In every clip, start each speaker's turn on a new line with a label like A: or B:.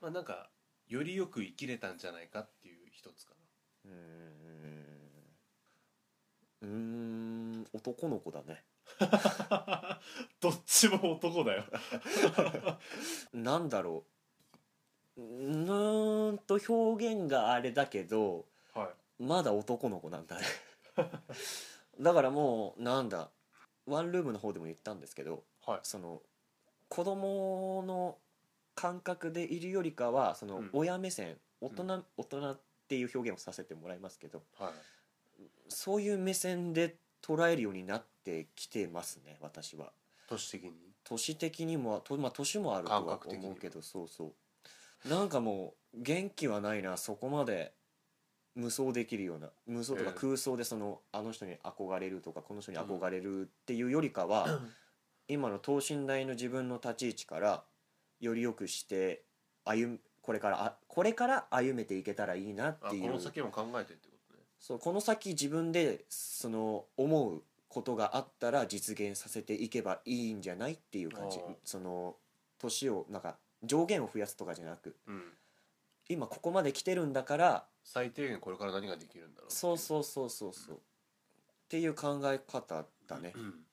A: まあなんかよりよく生きれたんじゃないかっていう一つか
B: うーんうーん男の子だね
A: などっちも男だよ
B: なんだろううーんと表現があれだけど
A: は
B: まだ男の子なんだ ねだからもうなんだワンルームの方でも言ったんですけど
A: いはい
B: その子供の感覚でいるよりかはその
A: うん
B: 親目線、大人、
A: う
B: 大人っていう表現をさせてもらいますけど
A: はい
B: そういう目線で捉えるようになってきてますね私は
A: 都市的に
B: 都市的にもと、まあ、年もあると
A: 感
B: は
A: 覚的に
B: 思うけどそうそうなんかもう元気はないなそこまで無双できるような無双とか
A: ええ
B: 空想でその、あの人に憧れるとかこの人に憧れるっていうよりかは、今の等身大の自分の立ち位置からより良くして歩むこれからあこれから歩めていけたらいいなっ
A: あ
B: て
A: こ
B: いう
A: の先も考えてってことね
B: そうこの先自分でその思うことがあったら実現させていけばいいんじゃないっていう感じ
A: あー
B: その年をなんか上限を増やすとかじゃなく
A: うん
B: 今ここまで来てるんだから
A: 最低限これから何ができるんだろう
B: そうそうそうそうそうっていう考え方だね
A: う、ん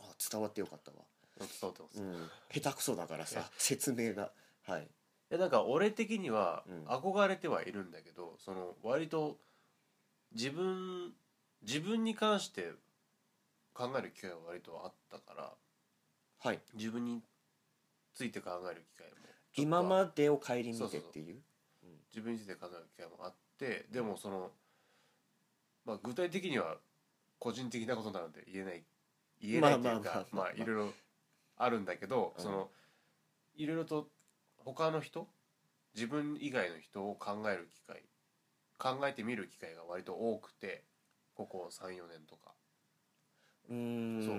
B: あ伝わってよかったわ、
A: 伝わってます、
B: う
A: い
B: ん、下手くそだからさ説明がはい
A: やなんか俺的には
B: うん
A: 憧れてはいるんだけど、その割と自分自分に関して考える機会は割とあったから
B: はい
A: 自分について考える機会もちょっと
B: 今までを顧み
A: そう
B: て
A: そ
B: っ
A: うそう
B: ていう
A: 自分について考える機会もあってでもその、まあ、具体的には個人的なことなので言えない言えないという
B: まあまあまあ
A: か
B: ま
A: ま
B: あ
A: あいろいろあるんだけど、
B: うん
A: そのいろいろと他の人自分以外の人を考える機会考えてみる機会が割と多くてここ34年とか。
B: うーん
A: そ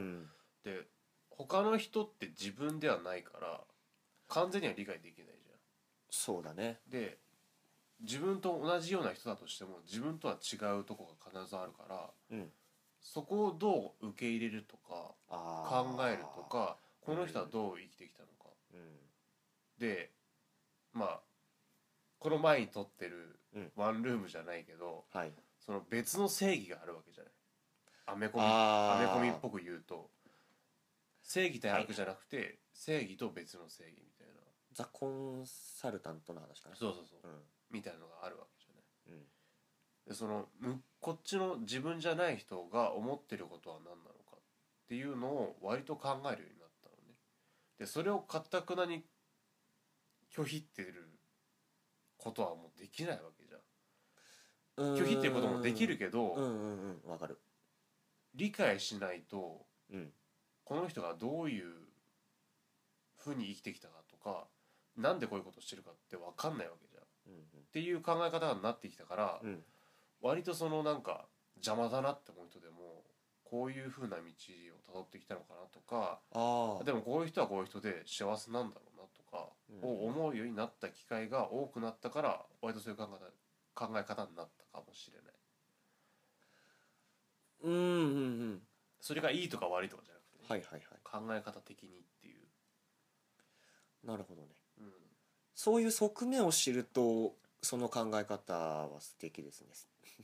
A: うで他の人って自分ではないから完全には理解できないじゃん。
B: そうだね
A: で自分と同じような人だとしても自分とは違うとこが必ずあるから
B: うん
A: そこをどう受け入れるとか
B: あ
A: 考
B: ー
A: えるとかこの人はどう生きてきたのか、
B: う
A: でまあこの前に撮ってる
B: うん
A: ワンルームじゃないけど、
B: んはい
A: その別の正義があるわけじゃないアメコミ
B: あ
A: ア
B: ー
A: メコミっぽく言うと正義対悪じゃなくて正義と別の正義みたいな
B: ザ・コンサルタントの話かな
A: そうそうそう
B: う、
A: みたいなのがあるわけじゃない
B: んうん、
A: でそのむこっちの自分じゃない人が思ってることは何なのかっていうのを割と考えるようになったのねでそれをかたくなに拒否ってることはもうできないわけじゃん拒否っていうこともできるけど、
B: うんうんうんわかる
A: 理解しないと
B: うん
A: この人がどういうふうに生きてきたかとかなんでこういうことしてるかって分かんないわけじゃんっ
B: うん
A: ていう考え方になってきたから、
B: うんうん
A: 割とそのなんか邪魔だなって思う人でもこういう風な道を辿ってきたのかなとか
B: ああ
A: でもこういう人はこういう人で幸せなんだろうなとか
B: うん
A: を思うようになった機会が多くなったから割とそういう考え方考え方になったかもしれない
B: うんうんうん
A: それがいいとか悪いとかじゃなくて、
B: はいはいはい
A: 考え方的にっていう、
B: なるほどね
A: うん、
B: そういう側面を知るとその考え方は素敵ですね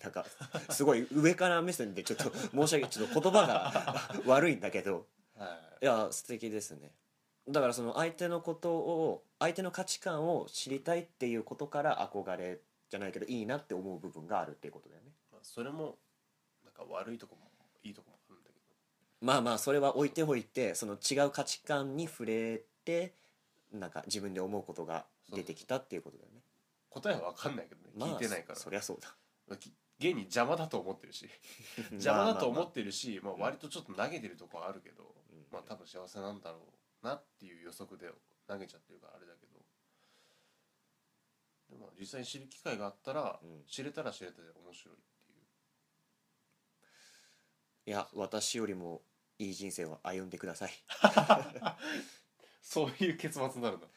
B: なんかすごい上から目線でちょっと申し訳ちょっと言葉が悪いんだけど
A: はい
B: いや素敵ですねだからその相手のことを相手の価値観を知りたいっていうことから憧れじゃないけどいいなって思う部分があるっていうことだよね
A: まあ、それもなんか悪いとこもいいとこもあるんだけど
B: まあまあそれは置いておいてその違う価値観に触れてなんか自分で思うことが出てきたっていうことだよね
A: 答えは分かんないけどね、
B: まあ
A: 聞いてないから
B: そそりゃそうだ
A: き現に邪魔だと思ってるし邪魔だと思
B: まあまあまあ
A: ってるし、まあ割とちょっと投げてるとこはあるけど、
B: うん
A: まあ多分幸せなんだろうなっていう予測で投げちゃってるからあれだけどでも実際に知る機会があったら、
B: うん
A: 知れたら知れたで面白いっていう
B: いや私よりもいい人生を歩んでください
A: そういう結末になるんだ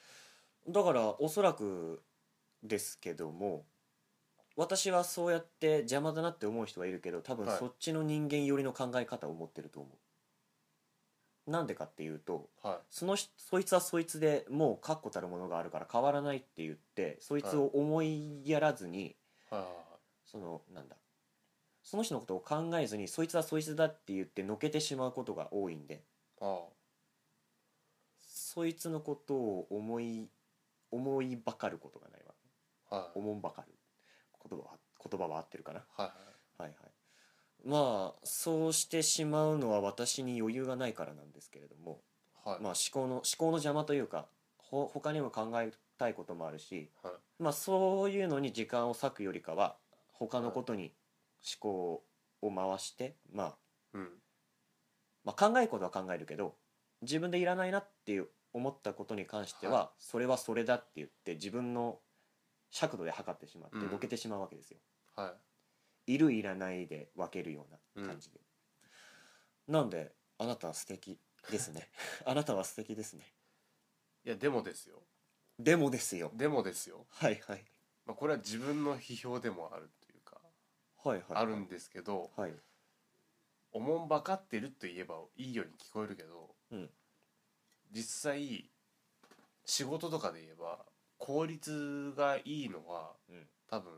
B: だからおそらくですけども私はそうやって邪魔だなって思う人はいるけど多分
A: はい
B: そっちの人間寄りの考え方を持ってると思う。なんでかっていうと
A: は
B: その人そいつはそいつでもう確固たるものがあるから変わらないって言ってそいつを思いやらずに、
A: いはいはい
B: そのなんだその人のことを考えずにそいつはそいつだって言ってのけてしまうことが多いんで
A: あ
B: そいつのことを思い思いばかることがないわ
A: あはい
B: 思んばかる言葉は言葉は合ってるかな
A: はい
B: はいはいまあそうしてしまうのは私に余裕がないからなんですけれども、
A: はいはい
B: まあ、思考の思考の邪魔というかほ他にも考えたいこともあるし、
A: はい
B: まあ、そういうのに時間を割くよりかは他のことに思考を回して、まあ、
A: うん
B: まあ、考えることは考えるけど自分でいらないなって思ったことに関しては、
A: は
B: それはそれだって言って自分の尺度で測ってしまって
A: うん
B: どけてしまうわけですよ。
A: はい
B: いるいらないで分けるような感じで。なんであなたは素敵です ね。あなたは素敵ですね。
A: いやでもですよ
B: でもですよ。
A: でもですよ、
B: はいはい。
A: まあ、これは自分の批評でもあるというか
B: はいはい、
A: あるんですけど
B: はい。
A: おもんばかってると言えばいいように聞こえるけど、
B: うん
A: 実際仕事とかで言えば効率がいいのは、
B: うん
A: 多分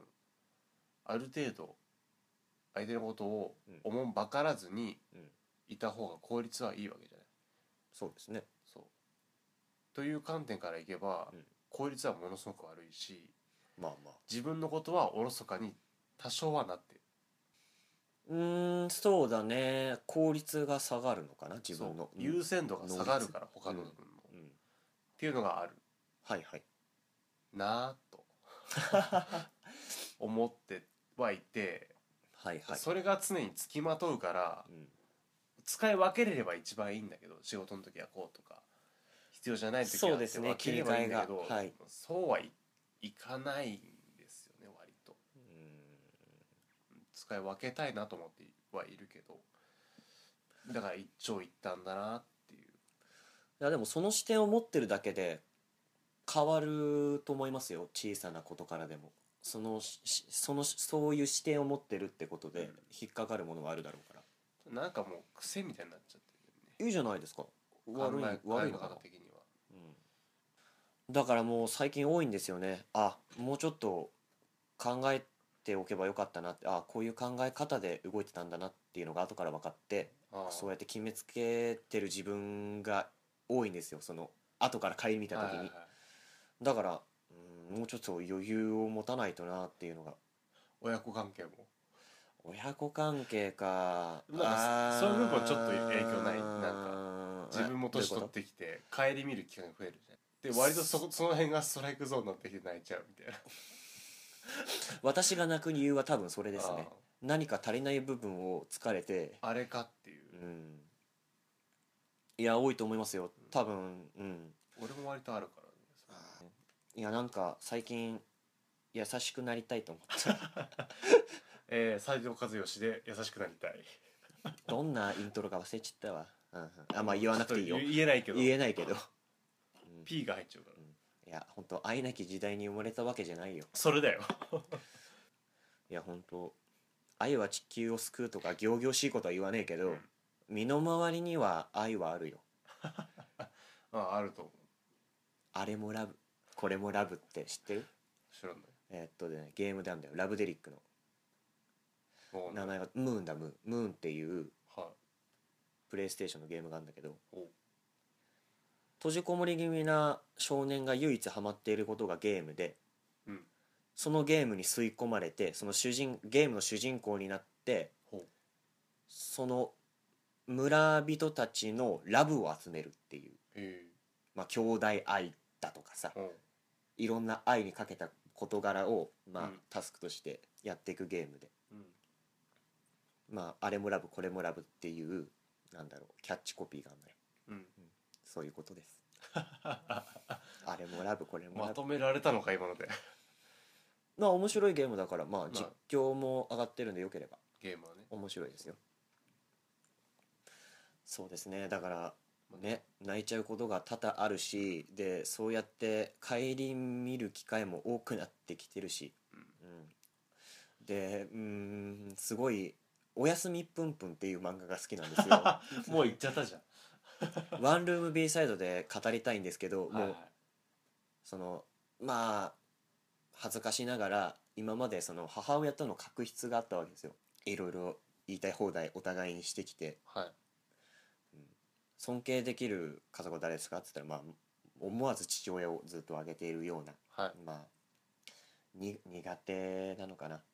A: ある程度相手のことを
B: うん
A: おもんばからずに
B: うん
A: いた方が効率はいいわけじゃない。
B: そうですね。
A: そうという観点からいけば、
B: うん
A: 効率はものすごく悪いし
B: まあまあ。
A: 自分のことはおろそかに多少はなってる
B: うーん、そうだね。効率が下がるのかな自分の
A: そう。優先度が下がるから他の部分も、っ
B: うん、
A: ていうのがある
B: はいはい。
A: なあと思ってはいて、
B: はいはい。
A: それが常につきまとうから
B: うん
A: 使い分けれれば一番いいんだけど仕事の時はこうとか必要じゃない時は
B: そうですね
A: って分ければいいんだけど
B: 切り替えがはい
A: そうはい、いかないんですよね割と使い分けたいなと思ってはいるけどだから一長一短だなっていう
B: いやでもその視点を持ってるだけで変わると思いますよ小さなことからでもそのししそのそういう視点を持ってるってこと
A: う
B: で
A: ん
B: 引っかかるものはあるだろうから、
A: なんかもう癖みたいになっちゃって
B: いいじゃないですか
A: るよ
B: 悪
A: ね
B: い
A: 考え
B: 悪い
A: 考
B: の
A: え
B: か
A: 方
B: な、
A: 的には
B: うん、だからもう最近多いんですよねあもうちょっと考えておけばよかったなってあこういう考え方で動いてたんだなっていうのが後から分かって
A: ああ
B: そうやって決めつけてる自分が多いんですよその後から帰り見た時に。
A: はいはいはい
B: だから、うん、もうちょっと余裕を持たないとなっていうのが
A: 親子関係も
B: 親子関係か
A: なんかそそういう部分はちょっと影響ない
B: なん
A: 自分も年取ってきて顧みる機会が増えるじゃんで割とそこその辺がストライクゾーンになってきて泣いちゃうみたいな
B: 私が泣く理由は多分それですね
A: あ
B: 何か足りない部分を疲れて
A: ああれかっていう
B: うんいや多いと思いますよ多分うん
A: 俺も割とあるからね
B: いやなんか最近優しくなりたいと思った
A: えー、斉藤和義で優しくなりたい
B: どんなイントロか忘れちゃったわ、うんうん、あまあ言わなくていいよ
A: ちょっと言えないけど
B: 言えないけど、うん
A: P が入っちゃうから
B: いや本当愛なき時代に生まれたわけじゃないよ
A: それだよ
B: いや本当愛は地球を救うとか仰々しいことは言わねえけど、
A: うん
B: 身の回りには愛はあるよ
A: あああると思う
B: あれもラブこれもラブって知ってる
A: 知らない
B: えーっとねゲームなんだよラブデリックの
A: もう
B: 名前がムーンだムーンムーンっていう
A: はい
B: プレイステーションのゲームがあるんだけど
A: お
B: 閉じこもり気味な少年が唯一ハマっていることがゲームで、
A: うん
B: そのゲームに吸い込まれてその主人ゲームの主人公になって
A: ほう
B: その村人たちのラブを集めるっていう、
A: え
B: まあ、兄弟愛だとかさ
A: ー、うん
B: いろんな愛にかけた事柄を、まあ
A: うん
B: タスクとしてやっていくゲームで、
A: うん
B: まあ、あれもラブこれもラブっていうなんだろうキャッチコピーがあるのよ
A: うん
B: そういうことですあれもラブこれもラ
A: ま
B: ブ
A: とめられたのか今ので
B: まあ面白いゲームだからまあ
A: あ
B: 実況も上がってるんでよければ
A: ゲームはね
B: 面白いですよそうですねだからね泣いちゃうことが多々あるしでそうやって顧みる機会も多くなってきてるし、
A: うん
B: うんでうーんすごい「おやすみぷんぷん」っていう漫画が好きなんで すよ
A: もう行っちゃったじゃん
B: ワンルーム B サイドで語りたいんですけども
A: はいう
B: そのまあ恥ずかしながら今までその母親との確執があったわけですよいろいろ言いたい放題お互いにしてきて
A: はい
B: 尊敬できる家族は誰ですかって言ったら、まあ、思わず父親をずっと挙げているような
A: はい
B: まあに苦手なのかな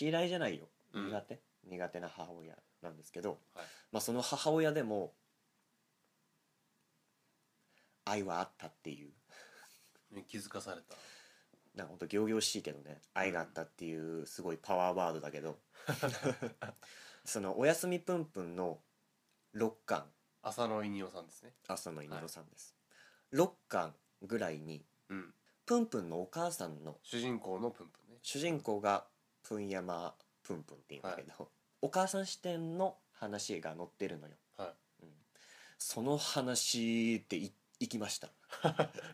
B: 嫌いじゃないよ
A: うん
B: 苦手、苦手な母親なんですけど、
A: はい
B: まあ、その母親でも愛はあったっていう
A: ね気づかされた
B: なんかほんと仰々しいけどね愛があったっていうすごいパワーワードだ けどその「おやすみぷんぷん」の6巻
A: 浅野稲尾さんですね
B: 朝の稲野さんです、6巻ぐらいに
A: うん
B: ぷんぷんのお母さんの
A: 主人公のプンプンね
B: 主人公がプンヤマプンプンって言うんだけど、お母さん視点の話が載ってるのよ
A: は
B: その話でい行きました
A: い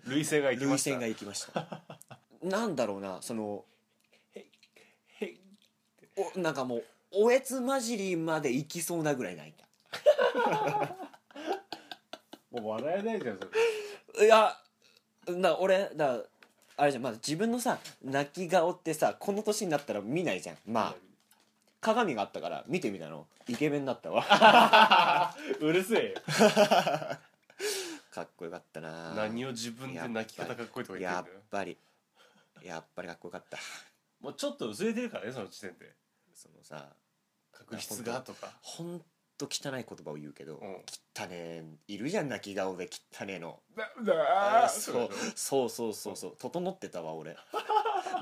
A: 涙腺が行きま
B: 涙
A: した
B: 腺が行きました なんだろうなその
A: へい
B: おなんかもうおえつ混じりまで行きそうなぐらい泣いた
A: もう笑えないじゃんそれ
B: いやな俺だあれじゃんまあ自分のさ泣き顔ってさこの年になったら見ないじゃんまあ鏡があったから見てみたのイケメンだっ たわ
A: うるせえよ
B: かっこよかったな
A: 何を自分で泣き方かっこいいとか言って
B: や
A: ん
B: っ
A: だよ
B: ぱりやっぱりかっこよかった
A: もうちょっと薄れてるからねその時点で
B: そのさ
A: 確執がとか
B: ほんと汚い言葉を言うけど、
A: うん
B: 汚ねいるじゃん泣き顔で汚ねえの
A: だだー
B: そうそうそうそうそう整ってた わ俺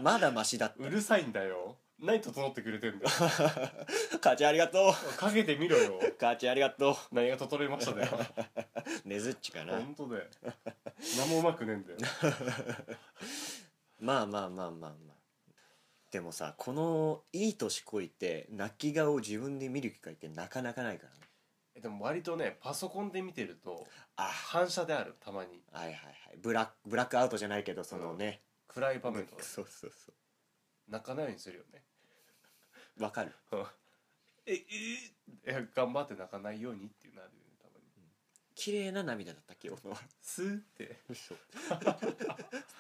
B: まだマシだっ
A: うるさいんだよ何整ってくれてんだよ
B: た母ちゃんありがと
A: かけてみろよ
B: う母ちゃんありがと
A: 何が整いましただよ
B: うねずっちかな
A: 本当だよ何もうまくねえんだよ
B: まあまあまあまあまあでもさこのいい年こいて泣き顔を自分で見る機会ってなかなかないからね
A: えでも割とねパソコンで見てると
B: あ
A: 反射であるたまに
B: はいはいはいブラックブラックアウトじゃないけどそのね、
A: 暗い場面とか
B: そうそうそ
A: 泣かないようにするよね
B: うわかる
A: えええ頑張って泣かないようにっていうなるよねたまに
B: 綺麗な涙だった今 日の
A: スーって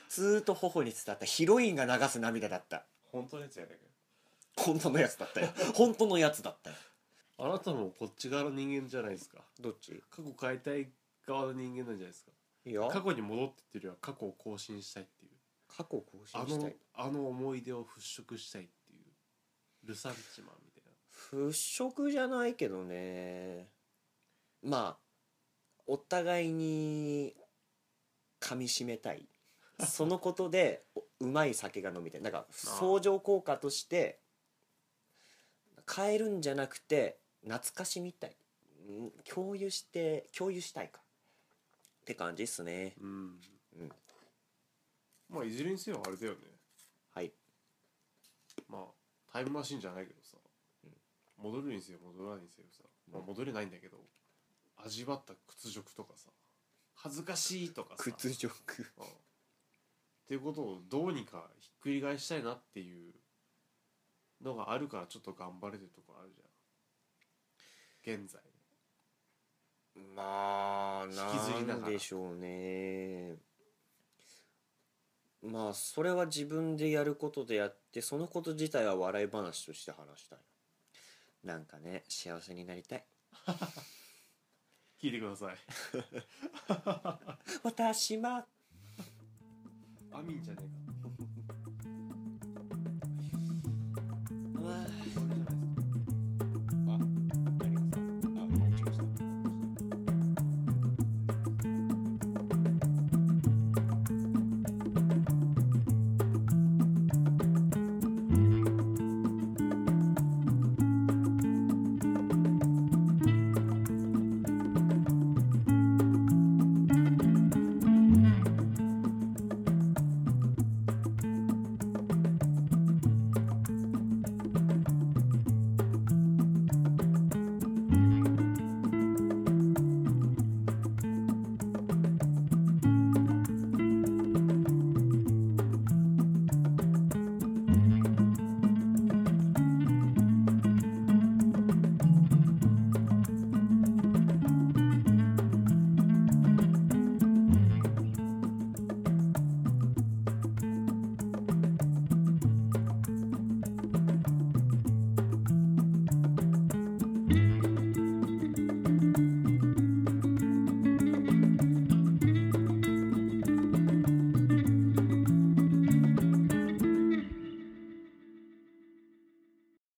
B: ずーっと頬に伝わったヒロインが流す涙だった
A: 本当のやつやねんかよ
B: 本当のやつだった よ本当のやつだったよ
A: あなたもこっち側の人間じゃないですか
B: どっち
A: 過去変えたい側の人間なんじゃないですか
B: いや
A: 過去に戻ってっていうよりは過去を更新したいっていう
B: 過去を更
A: あ
B: 新した
A: の
B: い
A: あの思い出を払拭したいっていうルサンチマンみたい
B: 払拭じゃないけどねまあお互いに噛みしめたいそのことでおうまい酒が飲みたいなんか相乗効果として変えるんじゃなくて懐かしみたいうん共有して共有したいかって感じっすね
A: なうん
B: うん
A: まあいずれにせよあれだよね
B: はい
A: まあタイムマシンじゃないけどさ、
B: うん
A: 戻るにせよ戻らないにせよさ、まあ、戻れないんだけど味わった屈辱とかさ恥ずかしいとかさ
B: 屈辱
A: うんっていうことをどうにかひっくり返したいなっていうのがあるからちょっと頑張れてるとこあるじゃん現在
B: まあ
A: 引きずりながら
B: なんでしょうねまあそれは自分でやることでやってそのこと自体は笑い話として話したいなんかね幸せになりたい
A: 聞いてください
B: 私は
A: アミンじゃねえか
B: まあ
A: これじゃない